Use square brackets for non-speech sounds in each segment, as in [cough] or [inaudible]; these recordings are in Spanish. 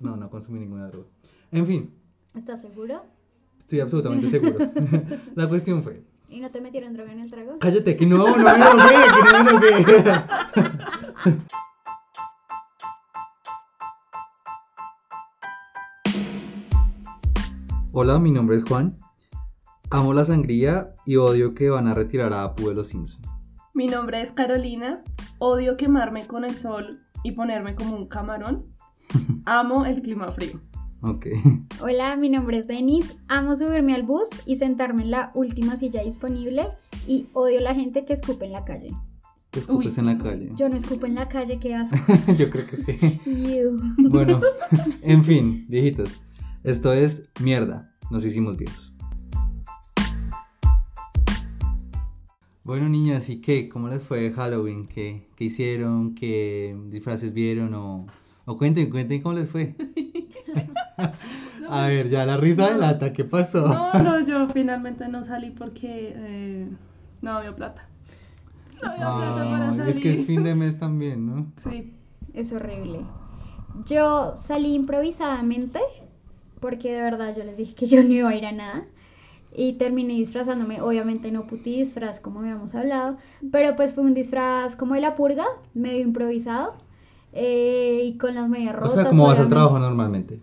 No, no consumí ninguna droga. En fin, ¿Estás seguro? estoy absolutamente seguro. [laughs] la cuestión fue. ¿Y no te metieron droga en el trago? Cállate, que no, no me enojé, que no me enojé. Hola, mi nombre es Juan. Amo la sangría y odio que van a retirar a Apu de los Simpson. Mi nombre es Carolina. Odio quemarme con el sol y ponerme como un [laughs] camarón. Amo el clima frío. Ok. [laughs] Hola, mi nombre es Denis. Amo subirme al bus y sentarme en la última silla disponible y odio la gente que escupe en la calle. Te escupes Uy. en la calle. Yo no escupo en la calle, qué asco. [laughs] Yo creo que sí. Iu. Bueno, [laughs] en fin, viejitos. Esto es mierda. Nos hicimos viejos. Bueno, niñas, ¿y qué? ¿Cómo les fue Halloween? ¿Qué, qué hicieron? ¿Qué disfraces vieron? O, o cuenten, cuenten cómo les [laughs] fue. A ver, ya la risa delata, ¿qué pasó? No, no, yo finalmente no salí porque eh, no había plata. No había plata para Ay, salir. es que es fin de mes también, ¿no? Sí. Es horrible. Yo salí improvisadamente porque de verdad yo les dije que yo no iba a ir a nada. Y terminé disfrazándome, obviamente no puti disfraz como habíamos hablado, pero pues fue un disfraz como de la purga, medio improvisado, eh, y con las medias O rotas. sea, ¿cómo vas al obviamente. trabajo normalmente?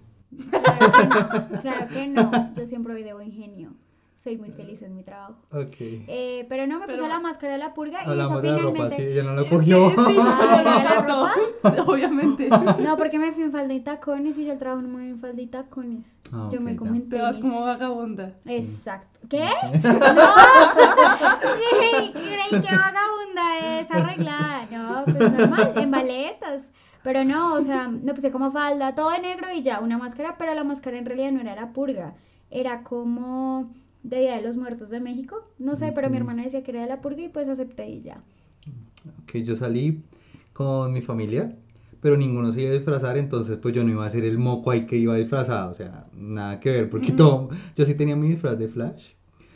Claro que no, claro que no, yo siempre voy de buen genio, soy muy feliz en mi trabajo. Ok. Eh, pero no, me Pero- puse la máscara de la purga y eso Hablamos de la ropa, sí, finalmente... ella no Es la [laughs] que cogió. sí, no, Ah, [laughs] no, ¿la no, no, Obviamente. [laughs] No, porque me fui en falda y tacones y yo al trabajo no me voy en falda y tacones. Ah, yo ok, me ya. como en Te vas tenis. como vagabunda. Exacto. ¿Qué? [laughs] ¡No! Creí, creí que vagabunda es arreglada. No, pues normal, en baletas. Pero no, o sea, me puse como falda, todo de negro y ya, una máscara, pero la máscara en realidad no era la purga, era como de Día de los Muertos de México. No sé, pero mi Ujú. hermana decía que era de la purga y pues acepté y ya. que yo salí con mi familia, pero ninguno se iba a disfrazar, entonces pues yo no iba a ser el moco ahí que iba disfrazado, o sea, nada que ver, porque todo, yo sí tenía mi disfraz de Flash,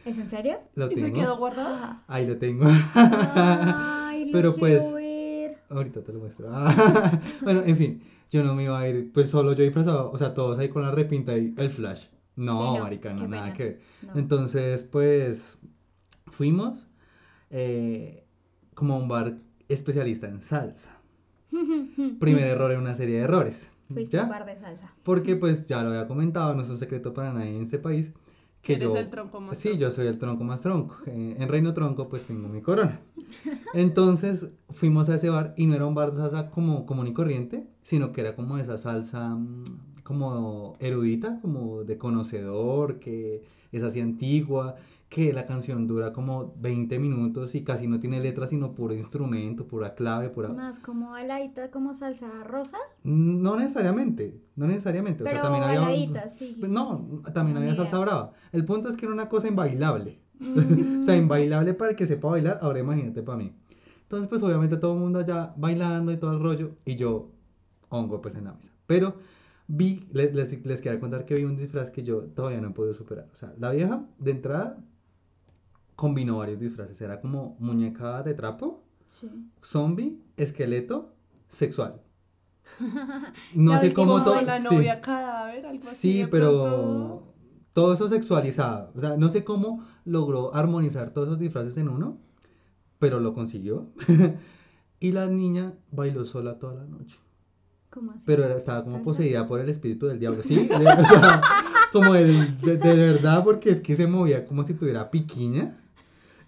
¿Es en [laughs] serio? lo ¿Y se quedó tengo, guardado? ahí lo tengo, [laughs] Ay, lo Pero, quiero pues, ver. ahorita te lo muestro, [laughs] Ah, bueno, en fin, yo no me iba a ir, pues solo yo disfrazado, o sea, todos ahí con la repinta y el Flash, no, Sí, no, marica, no, qué nada pena. que ver, No. entonces pues fuimos eh, como a un bar especialista en salsa. Primer error en una serie de errores. Pues Fuiste un ¿Ya? bar de salsa. Porque pues ya lo había comentado, no es un secreto para nadie en este país. Que Eres yo, el tronco más Sí, tronco. yo soy el tronco más tronco. Eh, en Reino Tronco pues tengo mi corona. Entonces fuimos a ese bar y no era un bar de salsa como común y corriente, sino que era como esa salsa mm, como erudita, como de conocedor, que es así antigua, que la canción dura como 20 minutos y casi no tiene letra, sino puro instrumento, pura clave, pura... Más como aladita, como salsa [laughs] rosa. No necesariamente, no necesariamente. o sea, Pero también había. bailaditas, sí. No, también había Mira. salsa brava. El punto es que era una cosa imbailable. Mm. o sea, imbailable para el que sepa bailar, ahora imagínate para mí. Entonces, pues obviamente todo el mundo allá bailando y todo el rollo, y yo hongo pues en la mesa. Pero vi, le- les, les quería contar que vi un disfraz que yo todavía no he podido superar. O sea, la vieja de entrada combinó varios disfraces. Era como muñeca de trapo, Sí. zombie, esqueleto, [laughs] sexual. No sé cómo todo. todo. Como la sí. novia cadáver, algo así. Sí, de pero pronto. todo eso sexualizado. O sea, no sé cómo logró armonizar todos esos disfraces en uno, pero lo consiguió. [laughs] y la niña bailó sola toda la noche. ¿Cómo así? Pero era- estaba como Salsa. poseída por el espíritu del diablo. Sí, de- o sea, [laughs] como el- de, de verdad, porque es que se movía como si tuviera piquiña.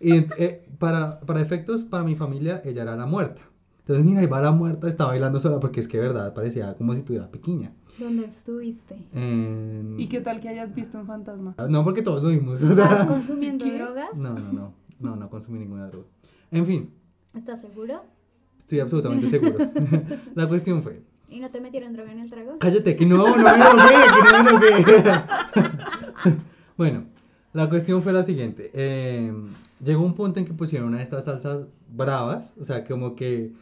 Y eh, para, para efectos, para mi familia, ella era la muerta. Entonces, mira, ahí va la muerta, está bailando sola, porque es que de verdad parecía como si tuviera piquiña. ¿Dónde estuviste? En- ¿Y qué tal que hayas visto un fantasma? No, porque todos lo vimos. [laughs] O ¿Estás sea, consumiendo ¿Qué? drogas? no, no, no. No, no consumí ninguna droga. En fin, ¿Estás seguro? estoy absolutamente seguro. La cuestión fue. ¿Y no te metieron droga en el trago? Cállate, que no, no me enojé, que no me enojé. [laughs] bueno, la cuestión fue la siguiente. eh, llegó un punto en que pusieron una de estas salsas bravas, o sea, como que...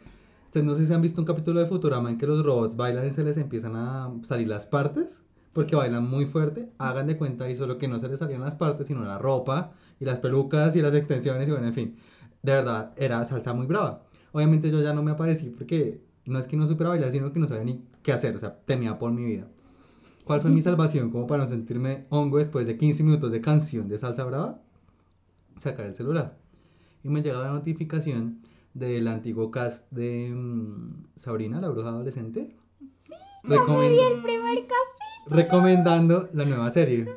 Ustedes no sé si han visto un capítulo de Futurama en que los robots bailan y se les empiezan a salir las partes, porque bailan muy fuerte. Hagan de cuenta y solo que no se les salían las partes, sino la ropa y las pelucas y las extensiones y bueno, en fin. De verdad, era salsa muy brava. Obviamente yo ya no me aparecí porque no es que no supiera bailar, sino que no sabía ni qué hacer, o sea, temía por mi vida. ¿Cuál fue mi salvación? Como para no sentirme hongo después de 15 minutos de canción de salsa brava, sacar el celular. Y me llegaba la notificación del antiguo cast de mm, Sabrina, la bruja adolescente. Recomen- El primer café. recomendando la nueva serie.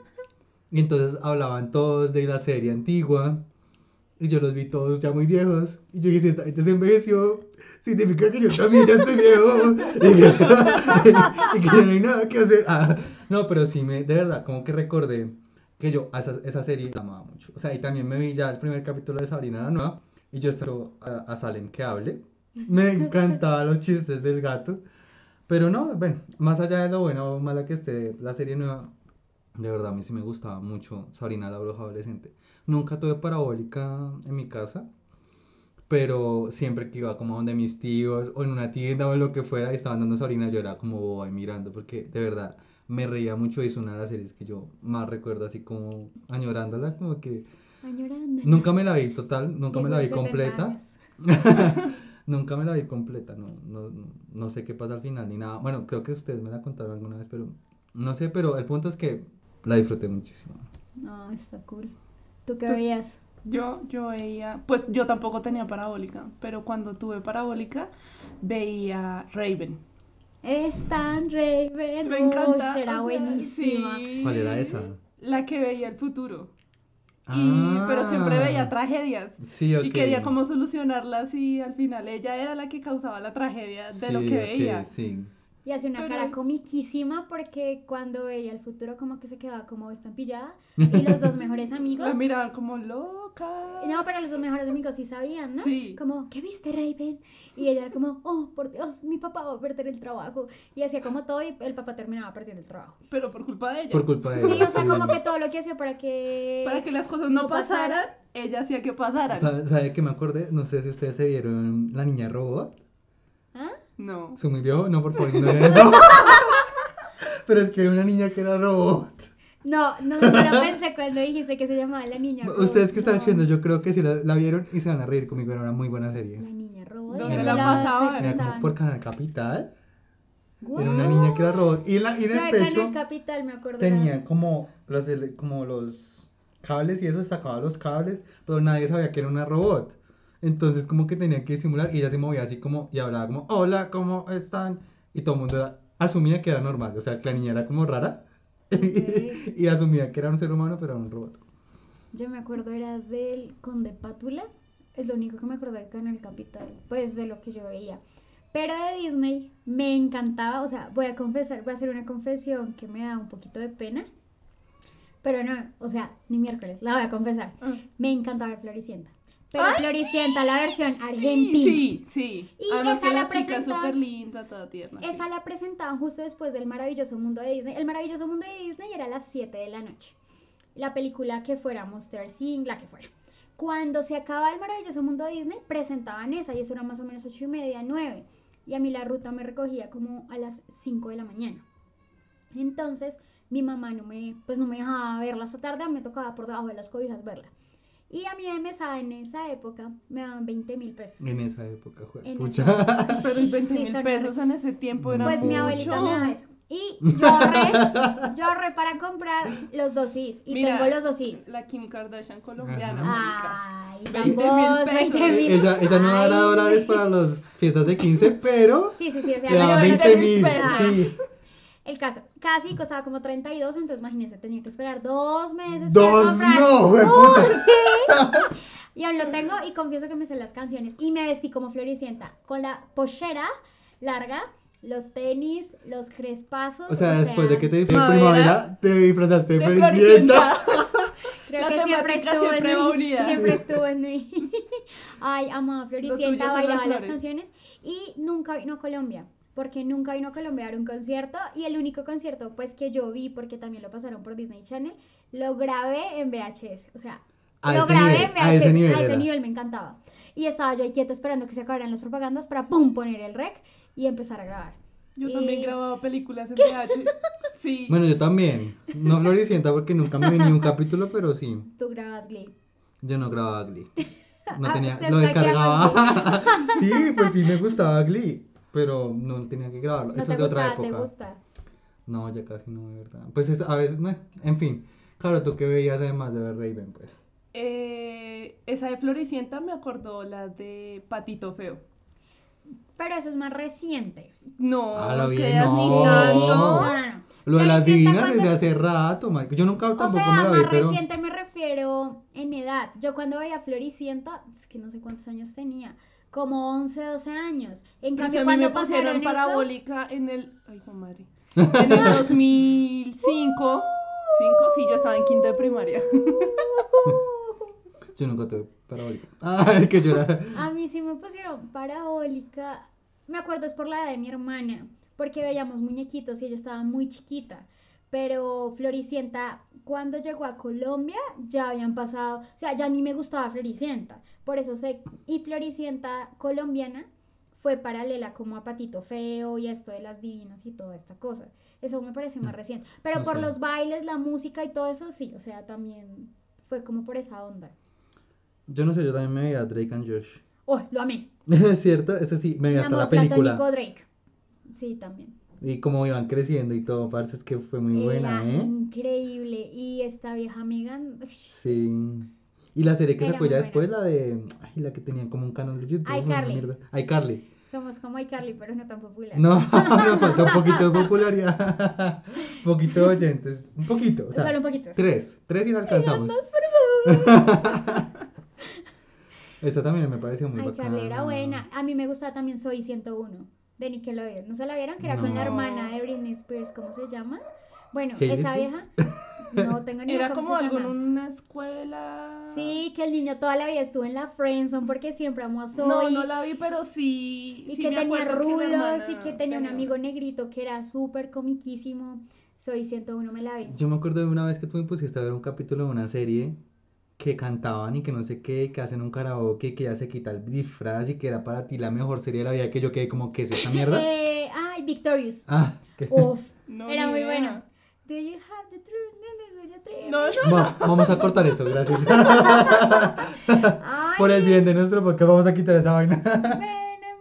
Y entonces hablaban todos de la serie antigua. Y yo los vi todos ya muy viejos. Y yo dije, si esta gente se envejeció, significa que yo también ya estoy viejo. [laughs] Y que, [laughs] y que ya no hay nada que hacer. Ah, no, pero sí, me, de verdad, como que recordé que yo a esa, esa serie la amaba mucho. O sea, y también me vi ya el primer capítulo de Sabrina la Nueva. Y yo estaba a, a Salem que hable. Me encantaban los chistes del gato. Pero no, bueno, más allá de lo bueno o mala que esté la serie nueva, de verdad a mí sí me gustaba mucho Sabrina la Bruja Adolescente. Nunca tuve parabólica en mi casa, pero siempre que iba como a donde mis tíos o en una tienda o en lo que fuera y estaban dando Sabrina, yo era como boba y mirando porque de verdad me reía mucho y es una de las series que yo más recuerdo así como añorándola, como que Añorando. nunca me la vi total, nunca me la vi Llegó a 70 completa. años. [laughs] Nunca me la vi completa, no, no, no sé qué pasa al final ni nada. Bueno, creo que ustedes me la contaron alguna vez, pero no sé, pero el punto es que la disfruté muchísimo. No, está cool. ¿Tú qué Tú- veías? Yo, yo veía, pues yo tampoco tenía parabólica, pero cuando tuve parabólica veía Raven. Es tan rey, ven, Me uy, encanta. será o sea, buenísima. sí. ¿Cuál era esa? La que veía el futuro. Y, Ah, pero siempre veía tragedias. Sí, ok. Y quería cómo solucionarlas y al final ella era la que causaba la tragedia de lo Sí, que ok, veía. sí. Y hace una Pero- cara comiquísima porque cuando veía el futuro como que se quedaba [laughs] como estampillada y los dos mejores amigos. La miraban como loca. No, pero los dos mejores amigos sí sabían, ¿no? Sí. Como, ¿qué viste, Raven? Y ella era como, oh, por Dios, mi papá va a perder el trabajo. Y hacía como todo y el papá terminaba perdiendo el trabajo. Pero por culpa de ella. Por culpa de Sí, ella, o sea, sí. como que todo lo que hacía para que... Para que las cosas no, no pasaran, pasaran. ella hacía que pasaran. ¿Sabe, sabe qué me acordé? No sé si ustedes se vieron La Niña Robot. ¿Ah? No. Soy muy viejo, no, por favor, ignoren eso. [laughs] pero es que era una niña que era robot. No, no, no lo pensé cuando dijiste que se llamaba la niña robot. [laughs] Ustedes que están no. viendo, yo creo que sí la, la vieron y se van a reír conmigo, era una muy buena serie. La niña robot. ¿Dónde ¿Dónde la pasaban? Era como presentaban? por Canal Capital. Era Guau. una niña que era robot. Y, la, y en Yo el acá en pecho el capital me acuerdo. tenía como los, ele- como los cables y eso, sacaba los cables, pero nadie sabía que era una robot. Entonces como que tenía que simular y ella se movía así como y hablaba como, hola, ¿cómo están? Y todo el mundo era- asumía que era normal, o sea, que la niña era como rara. [laughs] Ok. y asumía que era un ser humano, pero era un robot. Yo me acuerdo era del Conde Pátula. Es lo único que me acordé con el Capital, pues de lo que yo veía. Pero de Disney me encantaba, o sea, voy a confesar, voy a hacer una confesión que me da un poquito de pena. Pero no, o sea, ni miércoles, la voy a confesar. Ah. Me encantaba ver Floricienta. Pero ¡Ay, Floricienta, la versión argentina. Sí, sí, sí. Y Además que esa la la chica presentaban- súper linda, toda tierna. sí. Esa la presentaban justo después del maravilloso mundo de Disney. El maravilloso mundo de Disney era a las 7 de la noche. La película que fuera Monster Inc., la que fuera. Cuando se acaba el maravilloso mundo de Disney, presentaban esa y eso era más o menos 8 y media, 9. Y a mí la ruta me recogía como a las 5 de la mañana. Entonces mi mamá no me, pues no me dejaba verla esa tarde, me tocaba por debajo de las cobijas verla. Y a mí de mesada en esa época me daban 20 mil pesos. En esa época, jue- En pucha. [laughs] Pero el 20 Sí, mil son pesos en ese tiempo era Una Pues mi mucho. abuelita me da eso. [laughs] Y yo ahorré, yo ahorré para comprar los dos CDs. Y Mira. tengo los dos CDs. La Kim Kardashian colombiana, marica. Ay, 20.000 vamos, pesos. 20 [laughs] mil. Eh, ella, ella no dará Ay. dólares para las fiestas de 15, pero Sí, sí, sí, o sea, le da me lo van a 20 mil. tener que esperar. Sí. El caso, casi costaba como 32, entonces imagínense, tenía que esperar dos meses para Dos, comprar. Uh, no, güey, [laughs] puta. Y aún lo tengo y confieso que me sé las canciones. Y me vestí como floricienta, con la pochera larga, los tenis, los crespazos. O sea, después de que te disfrazaste de primavera, primavera, te disfrazaste de De floricienta. [laughs] Floricienta. Creo La que siempre temática estuvo siempre en va mí, unida. [laughs] Siempre estuvo en mí. [laughs] Ay, amaba tuyo son Floricienta, las bailaba las flores. canciones y nunca vino a Colombia. Porque nunca vino a Colombia a dar un concierto y el único concierto pues que yo vi, porque también lo pasaron por Disney Channel, lo grabé en VHS. O sea, A lo ese grabé nivel, en VHS. a ese nivel. era. me encantaba. Y estaba yo ahí quieta esperando que se acabaran las propagandas para pum poner el rec y empezar a grabar. Yo Y- también grababa películas en VH. Sí. Bueno, yo también. No floricienta porque nunca me vi ni un capítulo, pero sí. Tú grabas Glee. Yo no grababa Glee. No Ah, tenía, se lo está quedando descargaba. Sí, pues sí me gustaba Glee, pero no tenía que grabarlo. No Eso te es de otra gusta, te época. gusta. No, ya casi no, de verdad. Pues es- a veces, no, en fin. Claro, ¿tú qué veías además de ver Raven, pues? Eh, esa de Floricienta me acordó la de Patito Feo. Pero eso es más reciente. No, Ah, la no vi- creas no. ni tanto. no, no. Lo de Pero las sienta divinas cuando- desde hace rato, marica. Yo nunca O tampoco sea, me la vi, más pero... reciente me refiero en edad. Yo cuando veía Floricienta, es que no sé cuántos años tenía, como 11, 12 años. En Pero si cambio, a mí cuando me pusieron pasaron eso, parabólica en el. Ay, hijo [laughs] de madre. En el 2005. [laughs] Cinco, sí, yo estaba en quinto de primaria. Yo nunca tuve parabólica. [laughs] Ay, que yo era... a mí sí me pusieron parabólica. Me acuerdo es por la edad de mi hermana, porque veíamos muñequitos y ella estaba muy chiquita. Pero Floricienta, cuando llegó a Colombia, ya habían pasado, o sea, ya ni me gustaba Floricienta. Por eso sé, y Floricienta colombiana fue paralela como a Patito Feo y a esto de las divinas y toda esta cosa. Eso me parece más Mm. reciente. Pero No por sé. los bailes, la música y todo eso, sí, o sea, también fue como por esa onda. Yo no sé, yo también me veía Drake and Josh. ¡Oh, lo amé! [laughs] Es cierto, eso sí, me vi hasta Mi la amor película. platónico Drake. Sí, también. Y cómo iban creciendo y todo, parce, es que fue muy buena, Era ¿eh? increíble. Y esta vieja Megan. uy, Sí. Y la serie que Era sacó muy ya buena. después, la de... Ay, la que tenían como un canal de YouTube. una iCarly. mierda. iCarly. Somos como iCarly, pero no tan popular. No, [laughs] me faltó un poquito de popularidad. [laughs] Un poquito de oyentes. Un poquito, o sea, Solo un poquito. tres. Tres y la alcanzamos. Dos, por favor. [laughs] Esa también me pareció muy bacana. iCarly era buena. A mí me gustaba también Soy 101 de Nickelodeon. ¿No se la vieron? Que era con la No. hermana de Britney Spears. ¿Cómo se llama? Bueno, ¿Hailey esa vieja. Spears? No tengo ni idea [laughs] Era cómo como se algo en llama. una escuela. Sí, que el niño toda la vida estuvo en la Friendzone porque siempre amó a Zoe. No, no la vi, pero sí. Y sí que me tenía acuerdo que la rulos y hermana que tenía un tenía- amigo negrito que era súper comiquísimo. Soy 101, me la vi. Yo me acuerdo de una vez que tú me pusiste a ver un capítulo de una serie que cantaban y que no sé qué, que hacen un karaoke, que ya se quita el disfraz y que era para ti la mejor serie de la vida que yo quedé como, ¿qué es esta [laughs] mierda? Eh, ay, Victorious. Ah, que... Uf, No, era ni muy idea. buena. Do you have the truth? No, no, no, the truth. No, no. Va- vamos a cortar eso, gracias. [laughs] Ay, Por el [laughs] bien de nuestro podcast vamos a quitar esa vaina. gonna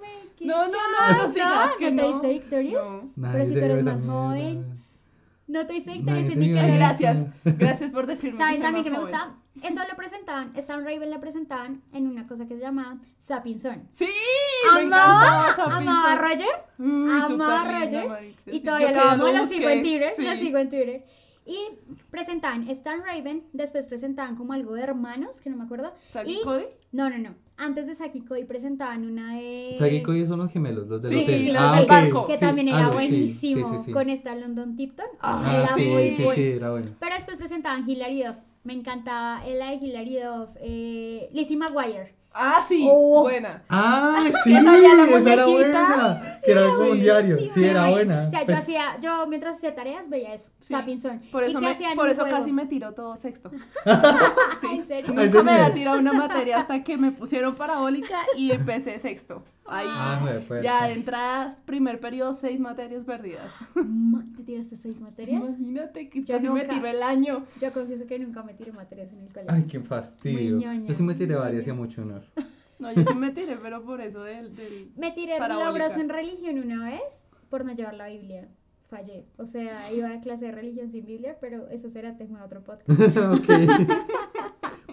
make it No, no, no, no shine. sigas, ¿No que te no. viste Victorious? No. No. Nadie si se tú eres vio esa más mierda. joven. te viste Nadie se Victorious? en vio Nickelodeon? esa Gracias, gracias por decirme. que ¿Saben soy también que más me joven. gustaba? Eso lo presentaban, Stan Raven la presentaban en una cosa que se llamaba Zapping Zone. Sí, me encantaba Amaba, esa amaba a pizza. Roger. Uy, Amaba a súper linda, Roger, marica, Y sí. todavía Yo lo cada amo, lo busqué, sigo en Twitter, lo sí. sigo en Twitter. Y presentaban Stan Raven, después presentaban como algo de hermanos, que no me acuerdo. ¿Sally Y- Cody? No, no, no. Antes de Saki Koi presentaban una de... Sagi Cody son los gemelos, los del Sí, hotel. los ah, del ok, barco. Que sí, también era algo, sí, buenísimo. Sí, sí, sí. Con esta London Tipton. Ah, Ah, era sí, muy sí, bueno. sí, era [laughs] bueno. Pero después presentaban Hilary Duff. Me encantaba eh, la de Hilary Duff. Eh, Lizzie McGuire. Ah, sí, Oh. buena. Ah, sí, esa ya la esa era muñequita. buena. Que era como un diario. Sí, era Ay, buena. O sea, Pues, yo hacía, yo mientras hacía tareas veía eso, Sí. Zapping Zone. Por ¿Y eso, qué me- hacían por en eso juego? [laughs] casi me tiró todo sexto. ¿En serio? Ay, Nunca me señor. había tirado una materia hasta que me pusieron parabólica y empecé sexto. Ahí, Ah, joder, pues, ya de sí. entradas, primer periodo, seis materias perdidas. Ma- ¿Te tiraste seis materias? Imagínate que Yo casi me nunca. tiró el año. Yo confieso que nunca me tiré materias en el colegio. Ay, qué fastidio. Muy ñoña, Yo sí me tiré muy varias y a ñoña. mucho honor. [laughs] No, yo sí me tiré, pero por eso del... del- Me tiré Parabólica. logros en religión una vez por no llevar la Biblia. Fallé. O sea, iba a clase de religión sin Biblia, pero eso será tema de otro podcast. Ok.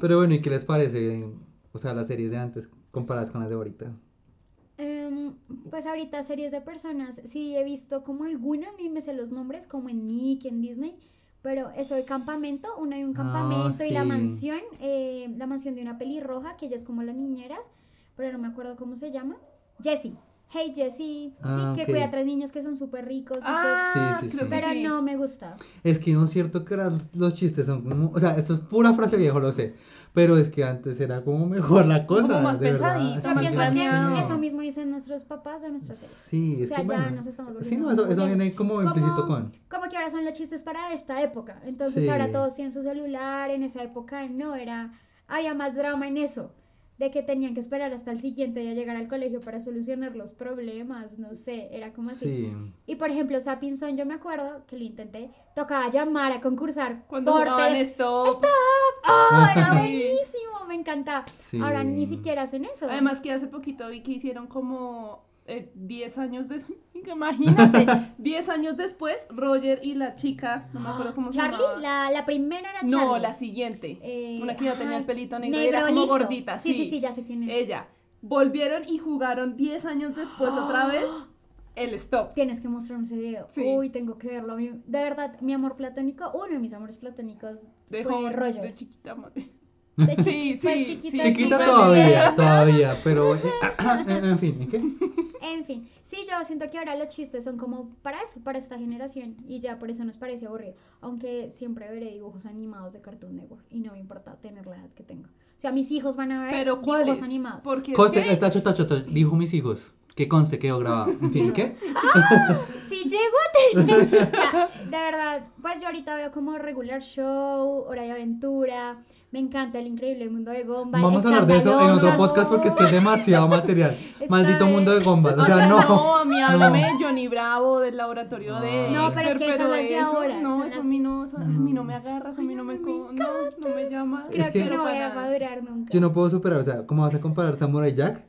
Pero bueno, ¿y qué les parece? O sea, las series de antes comparadas con las de ahorita. Em, pues ahorita series de personas, sí he visto como alguna, ni me sé los nombres, como en Nick, en Disney, pero eso de campamento, uno de un Ah, campamento y la sí. mansión, eh, la mansión de una pelirroja, que ella es como la niñera, pero no me acuerdo cómo se llama, Jessie, hey Jessie, Ah, sí, que ok. cuida a tres niños que son súper ricos, y que- Ah, Sí, sí, creo sí. que Pues pero sí. no me gusta. Es que no es cierto que ahora los chistes son como. O sea, esto es pura frase viejo, lo sé. Pero es que antes era como mejor la cosa. más de verdad. pensadito, Sí, Yo más pienso planeado. que sí. eso mismo dicen nuestros papás de nuestros series. Sí, es O sea, que ya bueno. nos estamos sí, volviendo no, eso, eso modernos. viene como Es implícito con. Como que ahora son los chistes para esta época. Entonces Sí. ahora todos tienen su celular, en esa época no era, había más drama en eso, de que tenían que esperar hasta el siguiente día llegar al colegio para solucionar los problemas, no sé, era como así. Sí. Y por ejemplo, Sapinson, yo me acuerdo que lo intenté, tocaba llamar a concursar Cuando por jugaban tele- stop. ¡Oh, [laughs] era Sí. buenísimo! Me encantaba. Sí. Ahora ni siquiera hacen eso. Además que hace poquito vi que hicieron como eh, 10 años después, [laughs] imagínate, [laughs] 10 años después, Roger y la chica, no me acuerdo cómo Charlie, se llamaba. la, la primera era Charlie. No, la siguiente. Eh, una que ya tenía ay, el pelito negro, y era como liso. gordita. Sí, sí, sí, ya sé quién es. Ella. Volvieron y jugaron 10 años después [gasps] Pues, otra vez el stop. Ah. Tienes que mostrarme ese video. Sí. Uy, tengo que verlo. Mi- De verdad, mi amor platónico, uno de mis amores platónicos De fue joven, Roger. de chiquita madre. De Sí, chiqui- fue sí, chiquita, sí. Chiquita fue todavía, bien. todavía, pero [laughs] eh, en, en fin, ¿en qué? En fin, sí, yo siento que ahora los chistes son como para eso, para esta generación, y ya por eso nos parece aburrido. Aunque siempre veré dibujos animados de Cartoon Network, y no me importa tener la edad que tengo. O sea, mis hijos van a ver Pero ¿cuál dibujos es? animados. Porque es Conste, que- eh, tacho, tacho, tacho, dijo mis hijos, que conste, quedó [laughs] grabado, en fin, ¿en ¿qué? Si llego a tener. o sea, de verdad, pues yo ahorita veo como regular show, hora de aventura. Me encanta el increíble mundo de Gumball. Vamos a hablar de eso en otro Escandalosa. podcast porque es que es demasiado material. [laughs] Está Maldito bien. mundo de gombas, o sea, no. no. a mí háblame de Johnny Bravo, del laboratorio de. No, pero es que Esther, son las de eso, ahora, No, son eso las- a mí no, eso a mí no me No. agarras, a mí Ay, no a me. mí co- me No, no me llama. Creo Mm. Es que, que- no voy a para nada. madurar nunca. Yo no puedo superar, o sea, ¿cómo vas a comparar Samurai Jack,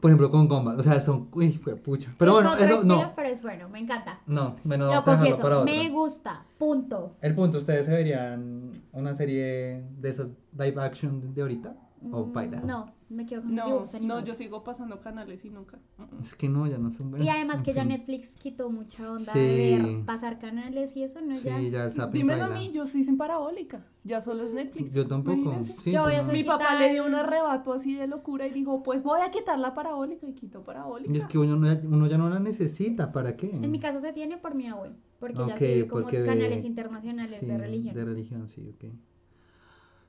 por ejemplo, con gombas? O sea, son, uy, fue pucha. Pero Es bueno, otro eso estilo, no. Pero es bueno, me encanta. No, bueno, Lo vamos a dejarlo para confieso, otro. me gusta, punto. El punto, ¿ustedes se verían una serie de esas live action de ahorita? ¿O Mm, baila? No, me quedo con mis No, dibujos no, animados. yo sigo pasando canales y nunca. Es que no, ya no son buenas. Y además En que ya fin. Netflix quitó mucha onda Sí. de ver, pasar canales y eso, ¿no? ya. Sí, ya el zapping Dímelo a baila. mí, yo sí sin parabólica. Ya solo es Netflix. Yo tampoco. imagínense. Sí, Yo voy a no. ser- Mi Quitar- papá le dio un arrebato así de locura y dijo, pues voy a quitar la parabólica y quitó parabólica. Y es que uno, no- uno ya no la necesita, ¿para qué? En mi casa se tiene por mi abuelo, porque ya Ok, se ve como porque ve- canales internacionales Sí, de religión. De religión, sí, ok.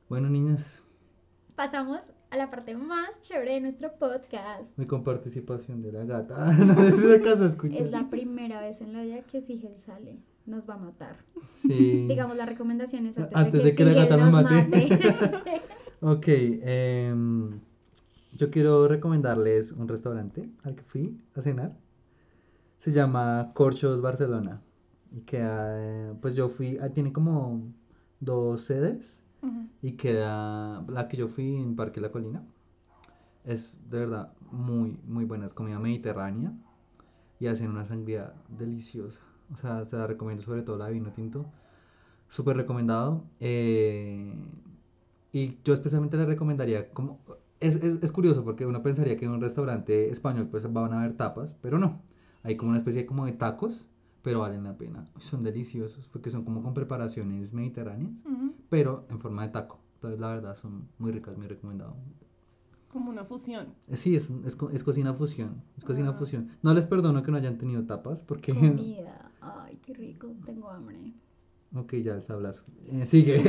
Bueno, niñas, Pasamos a la parte más chévere de nuestro podcast. muy con participación de la gata. [laughs] no sé si acaso escuchas. Es la primera vez en la vida que Sigel sale. Nos va a matar. Sí. [laughs] Digamos las recomendaciones antes, Antes de, que la gata nos nos mate. mate. [laughs] [laughs] Ok, em, yo quiero recomendarles un restaurante al que fui a cenar. Se llama Corchos Barcelona. Y queda, eh, pues yo fui, ah, tiene como dos sedes Ujú. y queda la que yo fui en Parque La Colina. Es de verdad muy, muy buena. Es comida mediterránea y hacen una sangría deliciosa. O sea, se la recomiendo sobre todo la de vino tinto. Súper recomendado. eh, y yo especialmente le recomendaría como... Es, es, es curioso porque uno pensaría que en un restaurante español pues van a haber tapas, pero no. Hay como una especie como de tacos, pero valen la pena. Son deliciosos porque son como con preparaciones mediterráneas Ujú. pero en forma de taco. Entonces, la verdad, son muy ricas, muy recomendado. Como una fusión. Eh, Sí, es, un- es, co- es cocina fusión. Es cocina Ah. fusión. No les perdono que no hayan tenido tapas, porque. Comida. Ay, qué rico. Tengo hambre. [laughs] ok, ya el sablazo. Eh, [laughs] sigue.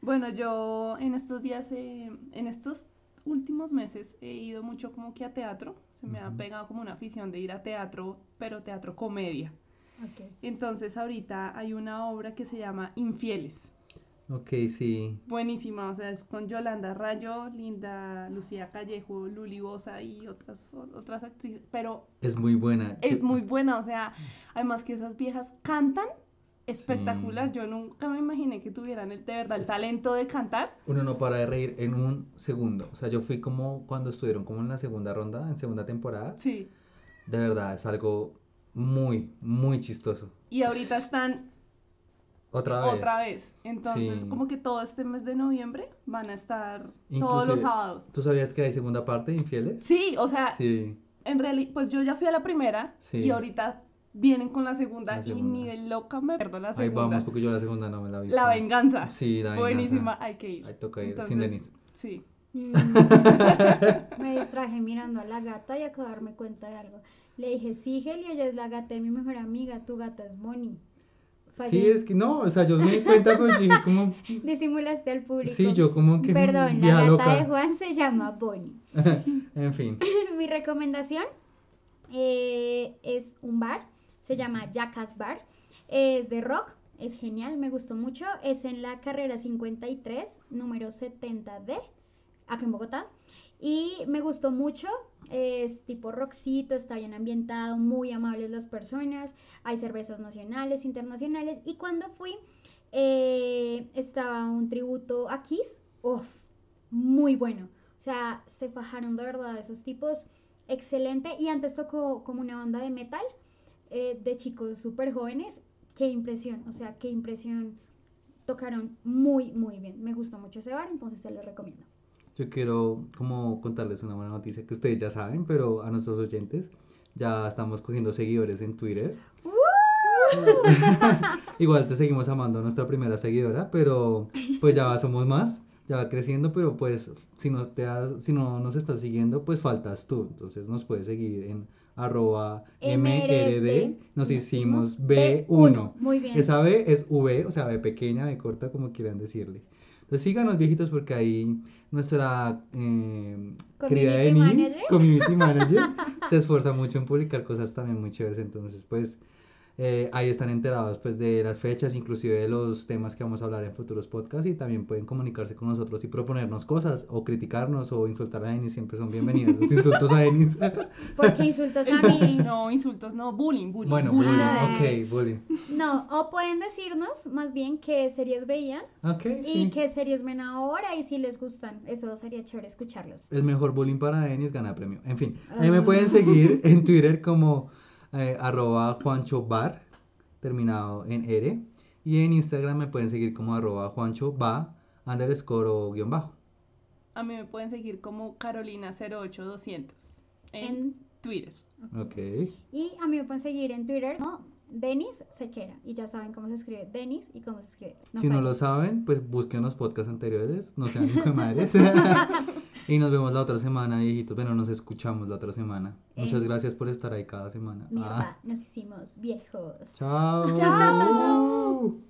Bueno, yo en estos días, eh, en estos últimos meses he ido mucho como que a teatro. Se me ha Ujú. pegado como una afición de ir a teatro, pero teatro comedia. Ok. Entonces ahorita hay una obra que se llama Infieles. ok, sí. Buenísima, o sea, es con Yolanda Rayo, Linda Lucía Callejo, Luli Bosa y otras, otras actrices. Pero Es muy buena. es Yo- muy buena, o sea, además que esas viejas cantan espectacular. Yo nunca me imaginé que tuvieran el, de verdad el Es- talento de cantar. Uno no para de reír en un segundo. O sea, yo fui como cuando estuvieron como en la segunda ronda, en segunda temporada. Sí. De verdad, es algo muy, muy chistoso. Y ahorita están Otra vez. otra vez. Entonces, Sí. como que todo este mes de noviembre van a estar todos Inclusive- los sábados. ¿Tú sabías que hay segunda parte de Infieles? Sí, o sea, Sí. en realidad, pues yo ya fui a la primera Sí. y ahorita vienen con la segunda, La y ni segunda. de loca me pierdo la Ahí segunda. vamos, porque yo la segunda no me la vi. La venganza. Sí, la venganza. Buenísima, hay que ir. Ahí toca ir, Entonces, sin Denise. Sí. [laughs] Mm. Me distraje mirando a la gata y acabo de darme cuenta de algo. Le dije, sí, Gel, y ella es la gata de mi mejor amiga, tu gata es Bonnie. Sí, Fallé. es que no, o sea, yo me di cuenta, pero yo dije, como. Disimulaste al público. Sí, yo como que. Perdón, la vieja gata loca. de Juan se llama Bonnie. En fin. [laughs] Mi recomendación eh, es un bar, se llama Jackass Bar, es de rock, es genial, me gustó mucho, es en la carrera 53, número 70D, acá en Bogotá, y me gustó mucho, es tipo rockcito, está bien ambientado, muy amables las personas, hay cervezas nacionales, internacionales, y cuando fui eh, estaba un tributo a Kiss, uff, muy bueno. O sea, se fajaron de verdad esos tipos. excelente. Y antes tocó como una banda de metal eh, de chicos súper jóvenes. Qué impresión, o sea, qué impresión. Tocaron muy, muy bien. Me gustó mucho ese bar, entonces se lo recomiendo. Yo quiero como contarles una buena noticia que ustedes ya saben, pero a nuestros oyentes ya estamos cogiendo seguidores en Twitter. Uh, Igual te seguimos amando a nuestra primera seguidora, pero pues ya somos más, ya va creciendo, pero pues si no, te has- si no nos estás siguiendo, pues faltas tú. Entonces nos puedes seguir en arroba mrd, nos hicimos B1. Muy bien. Esa B es V, o sea, B pequeña, B corta, como quieran decirle. Entonces síganos viejitos porque ahí nuestra eh, querida Community Denise, manager. [laughs] community manager, se esfuerza mucho en publicar cosas también muy chéveres. Entonces, pues eh, ahí están enterados pues de las fechas, inclusive de los temas que vamos a hablar en futuros podcasts y también pueden comunicarse con nosotros y proponernos cosas o criticarnos o insultar a Denise. Siempre son bienvenidos los insultos a Denise. [laughs] Porque insultas Pues a mí. No, insultos, no, bullying, bullying. bueno, Bullying. bullying, ok, bullying. No, o pueden decirnos más bien qué series veían Ok, y sí. qué series ven ahora y si les gustan. Eso sería chévere escucharlos. El mejor bullying para Denis gana premio. En fin, ahí me Ah. pueden [laughs] seguir en Twitter como eh, arroba juanchobar, terminado en R. Y en Instagram me pueden seguir como arroba juanchoba, underscore o guión bajo. A mí me pueden seguir como Carolina08200 en, En- Twitter. Ok. y a mí me pueden seguir en Twitter como Denis Sequera. Y ya saben cómo se escribe Denis y cómo se escribe. si no fallo. lo saben, pues busquen los podcasts anteriores, no sean [laughs] hijo de madres. y nos vemos la otra semana, viejitos. Bueno, nos escuchamos la otra semana. Muchas Eh. gracias por estar ahí cada semana. Mierda, Ah, nos hicimos viejos. chao. Chao.